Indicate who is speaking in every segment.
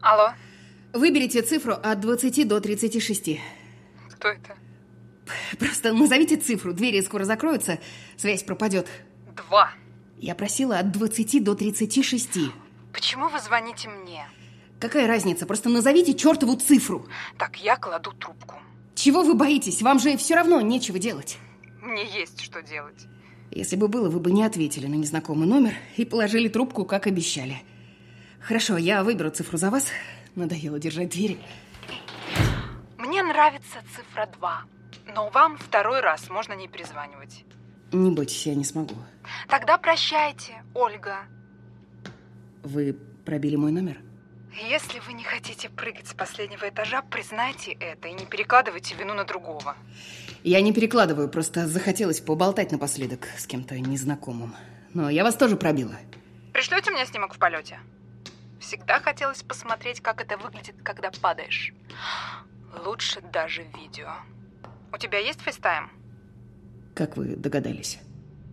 Speaker 1: Алло,
Speaker 2: Выберите цифру от 20 до 36.
Speaker 1: кто это?
Speaker 2: Просто назовите цифру, двери скоро закроются, связь пропадет.
Speaker 1: Два.
Speaker 2: Я просила от 20 до 36.
Speaker 1: Почему вы звоните мне?
Speaker 2: Какая разница, просто назовите чертову цифру.
Speaker 1: Так, я кладу трубку.
Speaker 2: Чего вы боитесь? Вам же все равно нечего делать.
Speaker 1: Мне есть что делать.
Speaker 2: Если бы было, вы бы не ответили на незнакомый номер и положили трубку, как обещали. Хорошо, я выберу цифру за вас. Надоело держать двери.
Speaker 1: Мне нравится цифра два. Но вам второй раз можно не перезванивать.
Speaker 2: Не бойтесь, я не смогу.
Speaker 1: Тогда прощайте, Ольга.
Speaker 2: Вы пробили мой номер?
Speaker 1: Если вы не хотите прыгать с последнего этажа, признайте это и не перекладывайте вину на другого.
Speaker 2: Я не перекладываю, просто захотелось поболтать напоследок с кем-то незнакомым. Но я вас тоже пробила.
Speaker 1: Пришлете мне снимок в полете? Всегда хотелось посмотреть, как это выглядит, когда падаешь. Лучше даже видео. У тебя есть фейстайм?
Speaker 2: Как вы догадались?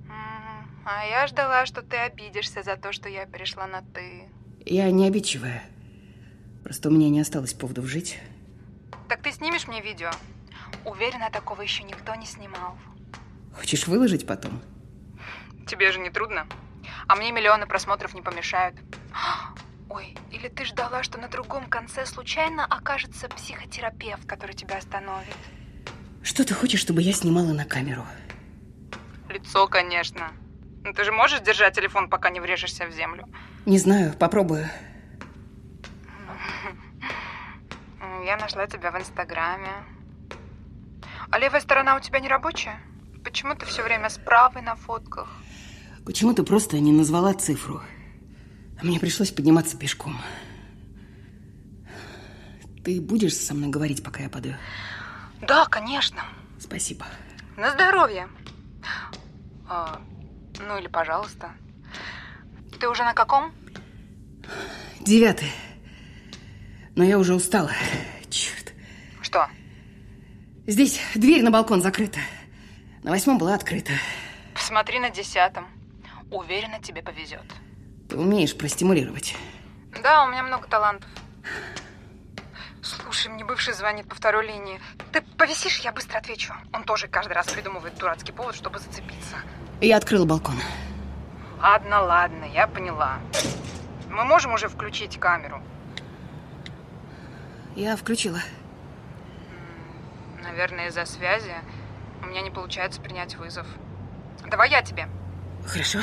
Speaker 1: М, А я ждала, что ты обидишься за то, что я перешла на «ты».
Speaker 2: Я не обидчивая. Просто у меня не осталось поводов жить.
Speaker 1: Так ты снимешь мне видео? Уверена, такого еще никто не снимал.
Speaker 2: Хочешь выложить потом?
Speaker 1: Тебе же не трудно? А мне миллионы просмотров не помешают. Ой, или ты ждала, что на другом конце случайно окажется психотерапевт, который тебя остановит?
Speaker 2: Что ты хочешь, чтобы я снимала на камеру?
Speaker 1: Лицо, конечно. Но ты же можешь держать телефон, пока не врежешься в землю?
Speaker 2: Не знаю, попробую.
Speaker 1: М, Э, Я нашла тебя в Инстаграме. А левая сторона у тебя не рабочая? Почему ты все время с правой на фотках?
Speaker 2: Почему ты просто не назвала цифру? А мне пришлось подниматься пешком. Ты будешь со мной говорить, пока я падаю?
Speaker 1: Да, конечно.
Speaker 2: Спасибо.
Speaker 1: На здоровье. А, ну или пожалуйста. Ты уже на каком?
Speaker 2: Девятое. Но я уже устала. Черт.
Speaker 1: Что?
Speaker 2: Здесь дверь на балкон закрыта. На восьмом была открыта.
Speaker 1: Посмотри на десятом. Уверена, тебе повезет.
Speaker 2: Ты умеешь простимулировать.
Speaker 1: Да, у меня много талантов. Слушай, мне бывший звонит по второй линии. Ты повисишь, я быстро отвечу. Он тоже каждый раз придумывает дурацкий повод, чтобы зацепиться.
Speaker 2: Я открыла балкон.
Speaker 1: Ладно, ладно, я поняла. Мы можем уже включить камеру?
Speaker 2: Я включила.
Speaker 1: Наверное, из-за связи у меня не получается принять вызов. Давай я тебе.
Speaker 2: Хорошо.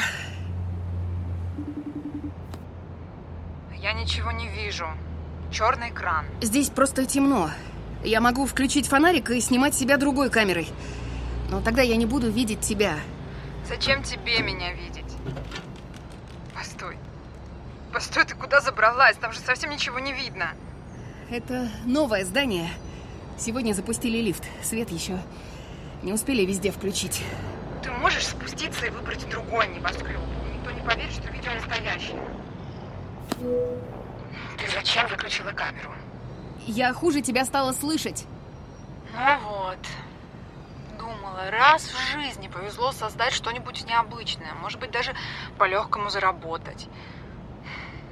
Speaker 1: Я ничего не вижу. Черный экран.
Speaker 2: Здесь просто темно. Я могу включить фонарик и снимать себя другой камерой. Но тогда я не буду видеть тебя.
Speaker 1: Зачем тебе меня видеть? Постой. Постой, ты куда забралась? Там же совсем ничего не видно.
Speaker 2: Это новое здание. Сегодня запустили лифт. Свет еще не успели везде включить.
Speaker 1: Ты можешь спуститься и выбрать другой небоскреб. Никто не поверит, что видео настоящее. Ты зачем выключила камеру?
Speaker 2: Я хуже тебя стала слышать.
Speaker 1: Ну вот. Думала, раз в жизни повезло создать что-нибудь необычное. Может быть, даже по-легкому заработать.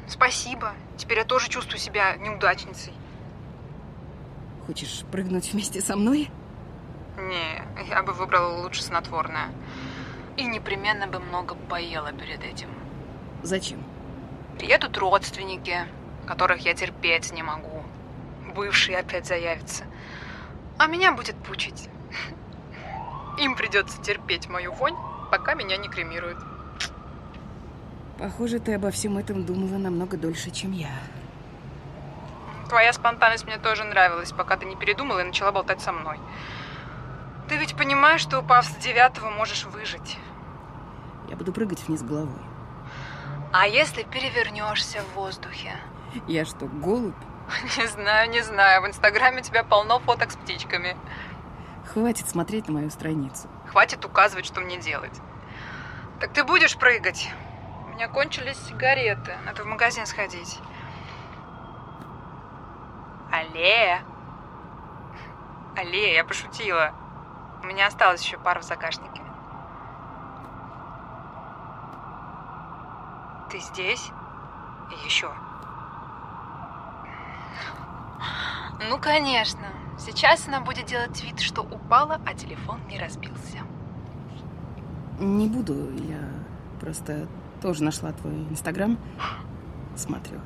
Speaker 1: Спасибо. Теперь я тоже чувствую себя неудачницей.
Speaker 2: Хочешь прыгнуть вместе со мной?
Speaker 1: Не, я бы выбрала лучше снотворное. И непременно бы много поела перед этим.
Speaker 2: Зачем?
Speaker 1: Приедут родственники, которых я терпеть не могу. Бывший опять заявится. А меня будет пучить. Им придется терпеть мою вонь, пока меня не кремируют.
Speaker 2: Похоже, ты обо всем этом думала намного дольше, чем я.
Speaker 1: Твоя спонтанность мне тоже нравилась, пока ты не передумала и начала болтать со мной. Ты ведь понимаешь, что упав с девятого можешь выжить.
Speaker 2: Я буду прыгать вниз головой.
Speaker 1: А если перевернешься в воздухе?
Speaker 2: Я что, голубь?
Speaker 1: Не знаю, не знаю. В Инстаграме у тебя полно фоток с птичками.
Speaker 2: Хватит смотреть на мою страницу.
Speaker 1: Хватит указывать, что мне делать. Так ты будешь прыгать? У меня кончились сигареты. Надо в магазин сходить. Алле! Алле, я пошутила. У меня осталось еще пара в загашнике. Ты здесь? И еще. Ну, конечно. Сейчас она будет делать вид, что упала, а телефон не разбился.
Speaker 2: Не буду, я просто тоже нашла твой инстаграм. Смотрю.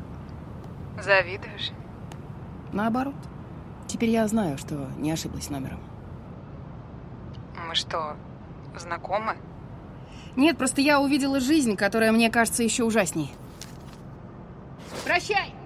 Speaker 1: Завидуешь?
Speaker 2: Наоборот. Теперь я знаю, что не ошиблась номером.
Speaker 1: Мы что, знакомы?
Speaker 2: Нет, просто я увидела жизнь, которая мне кажется еще ужасней. Прощай!